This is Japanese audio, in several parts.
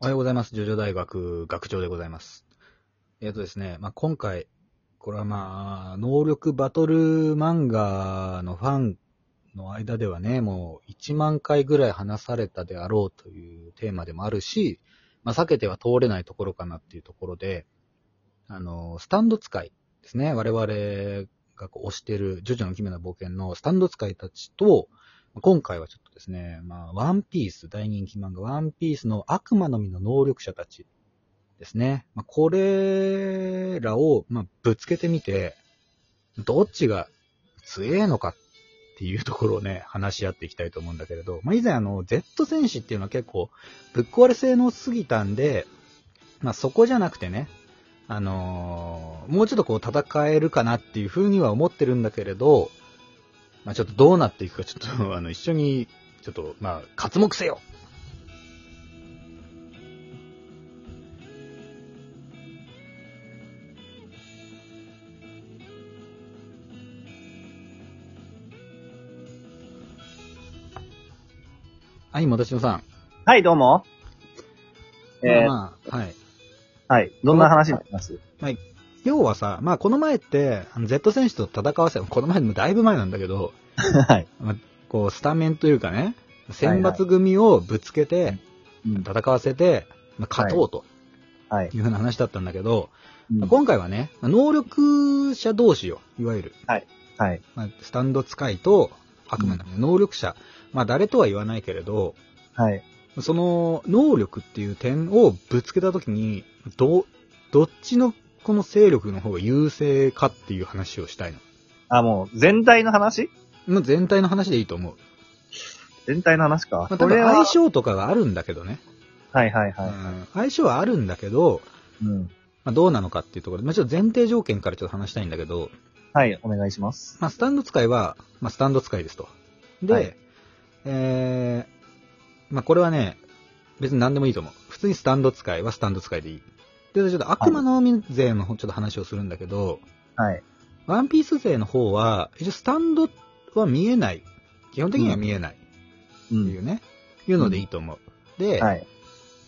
おはようございます。ジョジョ大学学長でございます。えっ、とですね、まあ、今回、これはまあ、能力バトル漫画のファンの間ではね、もう1万回ぐらい話されたであろうというテーマでもあるし、まあ、避けては通れないところかなっていうところで、あの、スタンド使いですね。我々がこう推してる、ジョジョの奇妙な冒険のスタンド使いたちと、今回はちょっとですね、まあ、ワンピース、大人気漫画、ワンピースの悪魔の実の能力者たちですね。まあ、これらを、まあ、ぶつけてみて、どっちが強えのかっていうところをね、話し合っていきたいと思うんだけれど、まあ、以前あの、Z 戦士っていうのは結構、ぶっ壊れ性能すぎたんで、まあ、そこじゃなくてね、あのーもうちょっとこう戦えるかなっていうふうには思ってるんだけれど、まあ、ちょっとどうなっていくか、ちょっとあの一緒に、ちょっと、まあ、活目せよはい、もたしのさん。はい、どうも。えまあーまあ、はい。はい、どんな話になります要はさ、まあ、この前って、あの Z 選手と戦わせ、この前でもだいぶ前なんだけど、 はい。こう、スタメンというかね、選抜組をぶつけて、うん戦わせて、まあ、勝とうとはい。いうふうな話だったんだけど、うん今回はね、まあ能力者同士よ、いわゆる。はい。まあ、スタンド使いと悪魔の実能力者。まあ、誰とは言わないけれど、はい。その能力っていう点をぶつけたときに、ど、どっちのこの勢力の方が優勢かっていう話をしたいの。あ、もう、全体の話まあ、全体の話でいいと思う。全体の話か。まあ、多こ分れは相、性とかがあるんだけどね。はいはいうんは相性はあるんだけど、い。うん。まあ、どうなのかっていうところで、まあ、ちょっと前提条件からちょっと話したいんだけど、はい、お願いします。まあ、スタンド使いは、まあ、スタンド使いですと。で、はいえー、まあ、これはね、別に何でもいいと思う。普通にスタンド使いはスタンド使いでいい。で、ちょっと悪魔の実勢の方ちょっと話をするんだけど、はい。ワンピース勢の方は、一応スタンドは見えない。基本的には見えない。うっていん。うね、いうのでいいと思う。で、はい。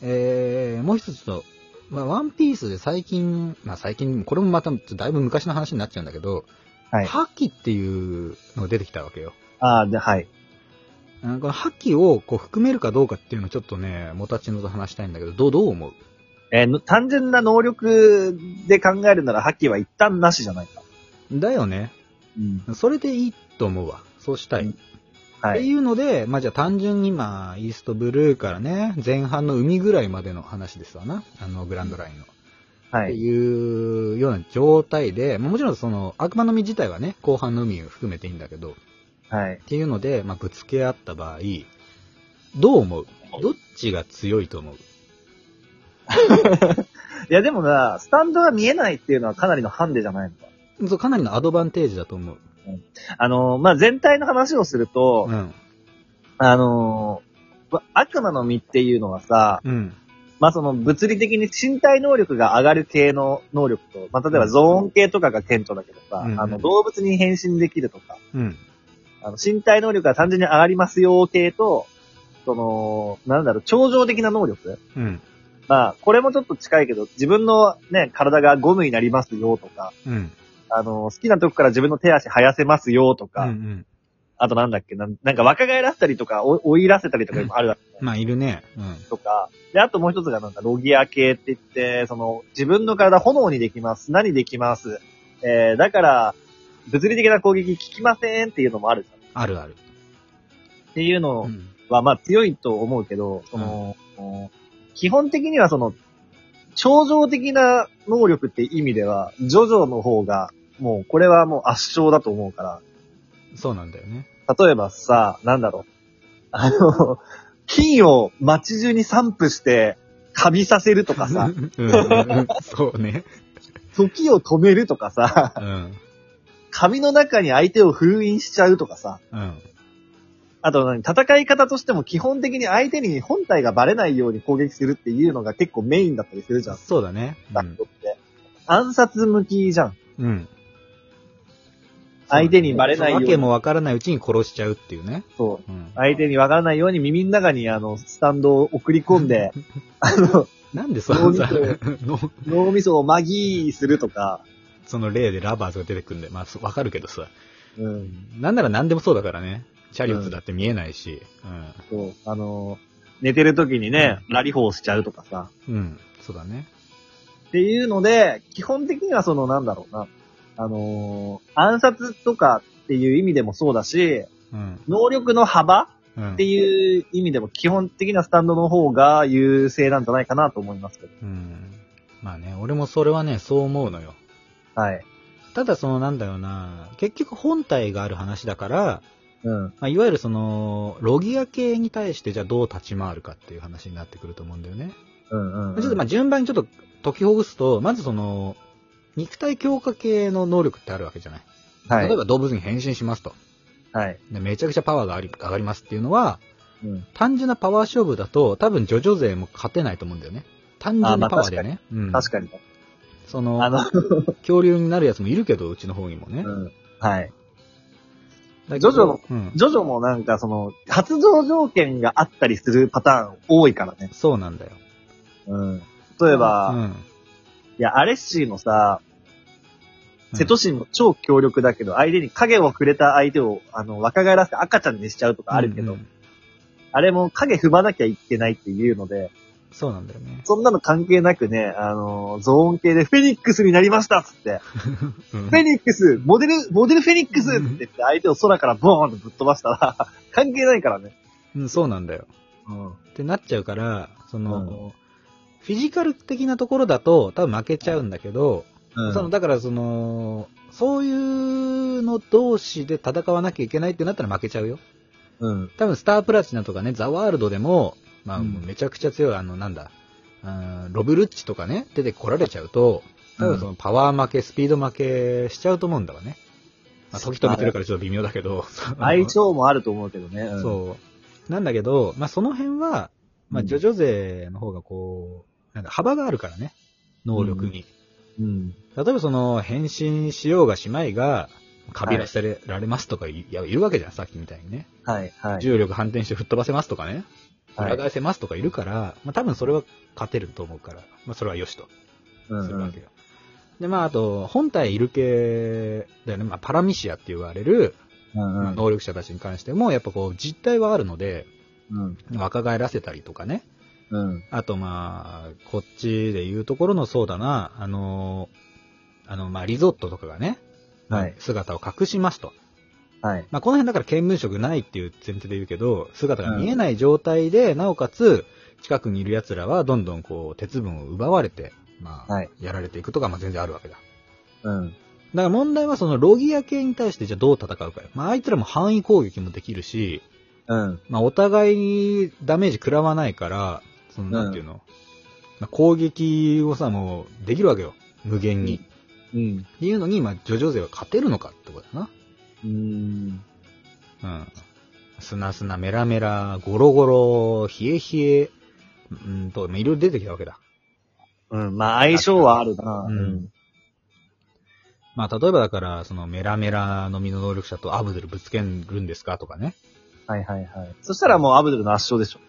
えー、もう一つちょっと、まあ、ワンピースで最近、まあ最近、これもまたちょっとだいぶ昔の話になっちゃうんだけど、はい覇気っていうのが出てきたわけよ。あーで、はい。うんこの覇気をこう含めるかどうかっていうのをちょっとね、もたちのと話したいんだけど、どう、どう思うえーの単純な能力で考えるなら、覇気は一旦なしじゃないか。だよね。うん。それでいいと思うわ。そうしたい。うんっはてい。いうので、まあ、じゃあ単純にまあ、イーストブルーからね、前半の海ぐらいまでの話ですわな。あの、グランドラインの。っはてい。いうような状態で、まあもちろんその悪魔の実自体はね、後半の海を含めていいんだけど、っはい。ていうので、まあ、ぶつけ合った場合、どう思うどっちが強いと思ういや、でもな、スタンドが見えないっていうのはかなりのハンデじゃないのか。そう、かなりのアドバンテージだと思う。あのー、まあ、全体の話をすると、うん。あのー、わ悪魔の実っていうのはさ、うん。まあその物理的に身体能力が上がる系の能力と、まあ例えばゾーン系とかが顕著だけどさ、うんうんあの動物に変身できるとか、うん。あの身体能力が単純に上がりますよ系と、その、なんだろう、超常的な能力うん。まあこれもちょっと近いけど、自分のね、体がゴムになりますよとか、うん。あの、好きなとこから自分の手足生やせますよとうか、ん。あとなんだっけなん、なんか若返らせたりとか、お追いらせたりとかもあるだろうまあ、いるね。うん。とか、で、あともう一つがなんかロギア系って言って、その、自分の体炎にできます、砂にできます、えー、だから、物理的な攻撃効きませんっていうのもあるじゃん。あるある。っていううのん。は、まあ強いと思うけど、その、基本的にはその、超常的な能力って意味では、ジョジョの方が、もうこれはもう圧勝だと思うかそうなんだよね。ら、例えばさ、なんだろう、あの、金を街中に散布して、カビさせるとかさ、うんうんうんそうね。時を止めるとかさ、 うん。髪の中に相手を封印しちゃうとかさ、うん。あと何、戦い方としても基本的に相手に本体がバレないように攻撃するっていうのが結構メインだったりするじゃん、そうだね。うダッんトって。暗殺向きじゃん。うん。相手にバレないようわに。けもわからないうちに殺しちゃうっていうね。そう。うん。相手にわからないように耳の中にあの、スタンドを送り込んで、あの、なんでそのさ、脳みの脳みそをマギーするとか、その例でラバーズが出てくるんで、まあ、そうわかるけどさ。うん、なんなら何でもそうだからね。チャリオツだって見えないし。うん。そう、あの、寝てる時にね、ラリホーしちゃうとかさ、うん。そうだね。っていうので、基本的にはその、なんだろうな、あのー暗殺とかっていう意味でもそうだし、うん。能力の幅うんって。いう意味でも基本的なスタンドの方が優勢なんじゃないかなと思いますけど。うん。まあね、俺もそれはね、そう思うのよ。はい。ただそのなんだろうな、結局本体がある話だから、うん。まあ、いわゆるその、ロギア系に対してじゃあどう立ち回るかっていう話になってくると思うんだよね。うんうん、うん。ちょっとまあ順番にちょっと解きほぐすと、まずその、肉体強化系の能力ってあるわけじゃない。はい例えば動物に変身しますと。はい。でめちゃくちゃパワーがあり上がりますっていうのは、うん。単純なパワー勝負だと多分ジョジョ勢も勝てないと思うんだよね。単純なパワーでね。うん。確かに。そ あの、の、恐竜になるやつもいるけど、うちの方にもね。うん。はい。だけどジョジョのうん。ジョジョもなんかその、発動条件があったりするパターン多いからね。そうなんだよ。うん。例えば、うん。いや、アレッシーもさ、うん瀬戸市も超強力だけど、相手に影をくれた相手を、あの、若返らせて赤ちゃんにしちゃうとかあるけど、うんうんあれも影踏まなきゃいけないっていうので、そうなんだよね。そんなの関係なくね、あの、ゾーン系でフェニックスになりましたっつって、うんフェニックス、モデル、モデルフェニックスって言って相手を空からボーンとぶっ飛ばしたら、 関係ないからね。うん、そうなんだよ。うん。ってなっちゃうから、その、うんフィジカル的なところだと多分負けちゃうんだけど、うんその、だからその、そういうの同士で戦わなきゃいけないってなったら負けちゃうよ。うん。多分スタープラチナとかね、ザワールドでも、まあ、うんもうめちゃくちゃ強い、あの、なんだ、うんロブルッチとかね、出てこられちゃうと、多分そのパワー負け、スピード負けしちゃうと思うんだわね。まあ、時と見てるからちょっと微妙だけど。相性もあると思うけどね。うんそう。なんだけど、まあ、その辺は、まあ、うんジョジョ勢の方がこう、なんか幅があるからね。能力に。うん。例えばその、変身しようがしまいが、カビらせられますとかい,、やいるわけじゃん、さっきみたいにね。はい、はい。重力反転して吹っ飛ばせますとかね。はい裏返せますとかいるから、まあ、多分それは勝てると思うから、まあ、それは良しとうんするうわんけよ。で、まあ、あと、本体いる系だよね。まあ、パラミシアって言われる、うんまあ能力者たちに関しても、やっぱこう、実態はあるので、うん。若返らせたりとかね。うん。あとまあ、こっちで言うところのそうだな、あの、あの、まあリゾットとかがね、はい。姿を隠しますと。はい。まあこの辺だから見聞色ないっていう前提で言うけど、姿が見えない状態で、なおかつ、近くにいる奴らはどんどんこう、鉄分を奪われて、まあ、はいやられていくとか、まあ全然あるわけだ。うん。だから問題はそのロギア系に対してじゃあどう戦うかよ。まああいつらも範囲攻撃もできるし、うん。まあ、お互いにダメージ食らわないから、その、んなんていうの、まあ攻撃をさ、もう、できるわけよ。無限に。うん。っていうのに、まあ、ジョジョ勢は勝てるのかってことだうん。な。うん。すなすな、メラメラ、ゴロゴロ、冷え冷え、うんと、まあいろいろ出てきたわけだ。うん。まあ、相性はあるな。うん。まあ、例えばだから、その、メラメラのみの能力者とアブドゥルぶつけるんですかとかね。はいはいはい。そしたらもうアブドゥルの圧勝でしょ。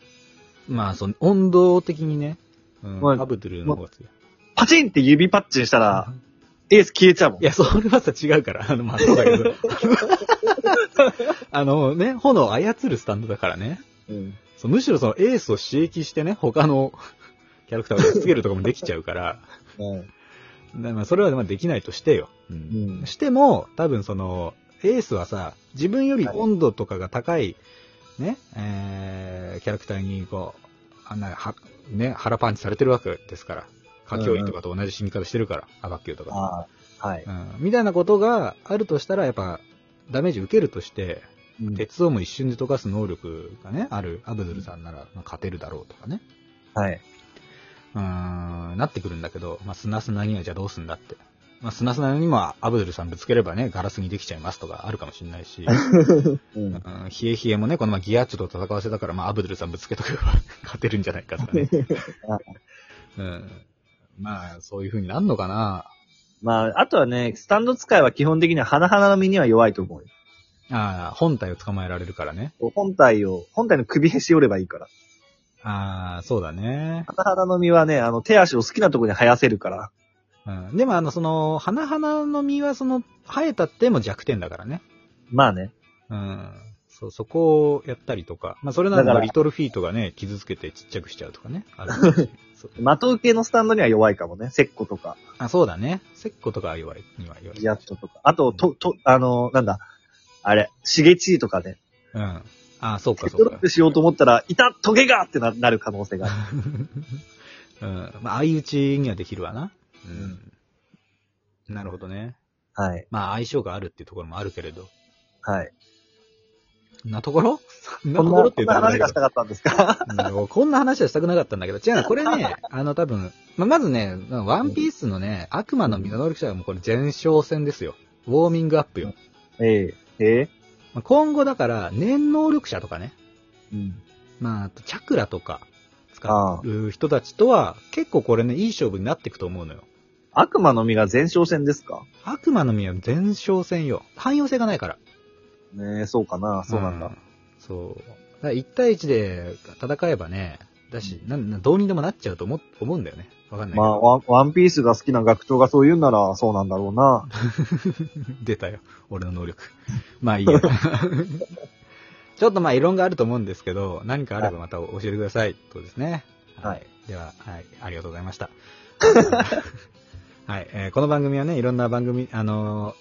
まあ、その、温度的にね。うん、まあアブドゥルの方が強い。パチンって指パッチンしたら、エース消えちゃうもんい。や、それはさ、違うから。あの、まあ、そうだけど。あのね、炎を操るスタンドだからね。うん。そうむしろそのエースを刺激してね、他のキャラクターをやっつけるとかもできちゃうから、なまあ、それはまあできないとしてよ。ううんしても、多分その、エースはさ、自分より温度とかが高い、ね、えー、キャラクターにこう、あんな、は、ね、腹パンチされてるわけですから。火教員とかと同じ死に方してるから、アバッキューとか。ああ、はい。うんみたいなことがあるとしたら、やっぱ、ダメージ受けるとして、うん鉄をも一瞬で溶かす能力がね、あるアブドゥルさんなら、まあ勝てるだろうとかね。はい。うーん、なってくるんだけど、まあ、砂砂にはじゃあどうすんだって。まあ、砂砂にもアブドゥルさんぶつければね、ガラスにできちゃいますとかあるかもしれないし、うん。うん冷え冷えもね、このまギアッチョと戦わせたから、まあ、アブドゥルさんぶつけとけば 勝てるんじゃないかとかね。うん。まあ、そういう風になんのかなまあ、あとはね、スタンド使いは基本的には花々の身には弱いと思うよ。ああ、本体を捕まえられるからね。本体を、本体の首へし折ればいいから。ああ、そうだね。花々の実はね、あの、手足を好きなところに生やせるから。うん。でも、あの、その、花々の実は、その、生えたっても弱点だからね。まあね。うん。そう、そこをやったりとか。まあ、それなだら、からリトルフィートがね、傷つけてちっちゃくしちゃうとかね。ある そう的受けのスタンドには弱いかもね。石膏とか、あそうだね。石膏とかは弱い、には弱い。ジャットとか。あと、と、と、あの、なんだ。あれ、シゲチーとかね。うん。ああ、そうか、テそトうロッか。プしようと思ったら、いたトゲがってななる可能性がある。 うん。まあ、相打ちにはできるわな。うん。なるほどね。はい。まあ、相性があるっていうところもあるけれど。はい。なところなことんこな、ろってこいんうところだな話けどがしたかったんですか うんこんな話はしたくなかったんだけど、違うな、これね、 あの、多分、まあ、まずね、ワンピースのね、悪魔の実の能力者はもうこれ前哨戦ですよ。ウォーミングアップよ。ええ。ええ。まあ今後だから、念能力者とかね、うん。まあ、あとチャクラとか使う人たちとは、結構これね、いい勝負になっていくと思うのよ。悪魔の実が前哨戦ですか悪魔の実は前哨戦よ。汎用性がないから。ねえ、そうかな。そうなんだ。そう。だから1対1で戦えばね、だし、なんなんどうにでもなっちゃうと思思うんだよね。わかんないけど。まあワン、ワンピースが好きな学長がそう言うなら、そうなんだろうな。 出たよ。俺の能力。まあいいや。 ちょっとまあ異論があると思うんですけど、何かあればまた教えてください。そうですね。はい。では、はい。ありがとうございました。 はい。えーこの番組はね、いろんな番組、あのー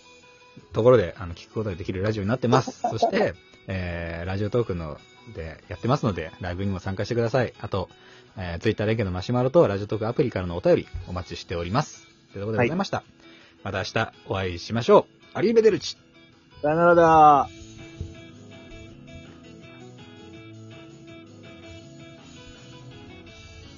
ところで、あの、聞くことができるラジオになって ます。そして、えーラジオトークの、でやってますので、ライブにも参加してください。あと、えー、ツイッター連携のマシュマロとラジオトークアプリからのお便りお待ちしております。ということでございました。また明日お会いしましょう。アリーベデルチさよならだー。